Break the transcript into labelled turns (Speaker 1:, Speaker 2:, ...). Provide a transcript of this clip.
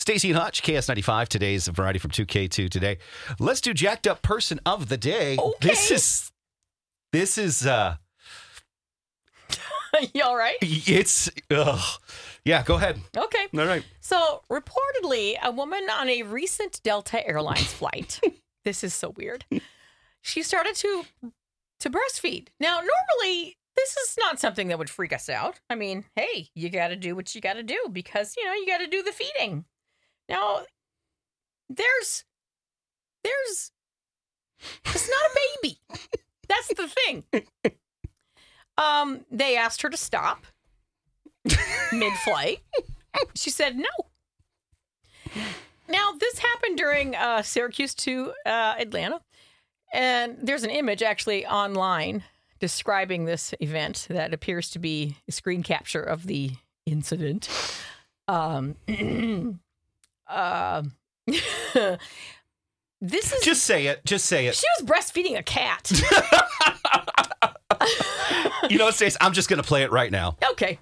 Speaker 1: Stacey and Hutch, KS95, today's variety from 2K2 today. Let's do jacked up person of the day. This
Speaker 2: Okay.
Speaker 1: is this is uh
Speaker 2: you all right?
Speaker 1: it's ugh. Yeah, go ahead.
Speaker 2: Okay.
Speaker 1: All right.
Speaker 2: So, reportedly, a woman on a recent Delta Airlines flight. this is so weird. She started to to breastfeed. Now, normally, this is not something that would freak us out. I mean, hey, you got to do what you got to do because, you know, you got to do the feeding. Now, there's there's it's not a baby. That's the thing. Um, they asked her to stop mid-flight. She said no. Now, this happened during uh, Syracuse to uh, Atlanta. And there's an image actually online describing this event that appears to be a screen capture of the incident. Um, um, this is.
Speaker 1: Just say it. Just say it.
Speaker 2: she was breastfeeding a cat.
Speaker 1: You know, Stacey, I'm just gonna play it right now.
Speaker 2: Okay.